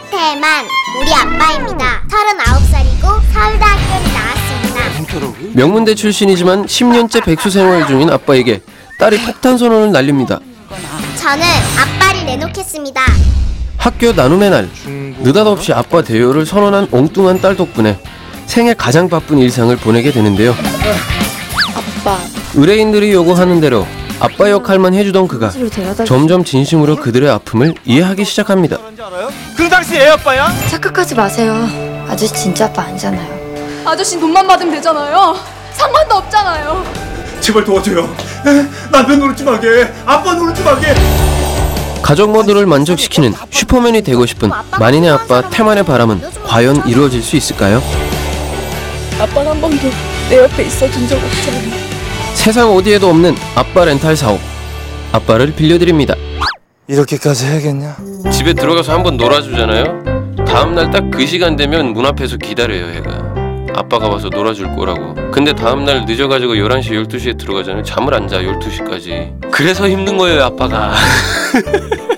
김태만 우리 아빠입니다. 39살이고 서울대 학교를 나왔습니다. 명문대 출신이지만 10년째 백수 생활 중인 아빠에게 딸이 폭탄 선언을 날립니다. 저는 아빠를 내놓겠습니다. 학교 나눔의 날 느닷없이 아빠 대여를 선언한 엉뚱한 딸 덕분에 생애 가장 바쁜 일상을 보내게 되는데요. 아빠 의뢰인들이 요구하는 대로 아빠 역할만 해주던 그가 실로 데려다 점점 진심으로 그들의 아픔을 이해하기 시작합니다. 그럼 당신 애 아빠야? 착각하지 마세요. 아저씨 진짜 아빠 아니잖아요. 아저씨 돈만 받으면 되잖아요. 상관도 없잖아요. 제발 도와줘요. 에? 남편 노릇 좀 하게. 아빠 노릇 좀 하게. 가족 모두를 만족시키는 슈퍼맨이 되고 싶은 만인의 아빠 태만의 바람은 과연 이루어질 수 있을까요? 아빠는 한 번도 내 옆에 있어 준 적 없잖아. 세상 어디에도 없는 아빠 렌탈 사업 아빠를 빌려드립니다. 이렇게까지 해야겠냐? 집에 들어가서 한번 놀아주잖아요. 다음 날 딱 그 시간 되면 문 앞에서 기다려요, 해가. 아빠가 와서 놀아줄 거라고. 근데 다음 날 늦어가지고 11시, 12시에 들어가잖아요. 잠을 안 자, 12시까지. 그래서 힘든 거예요, 아빠가.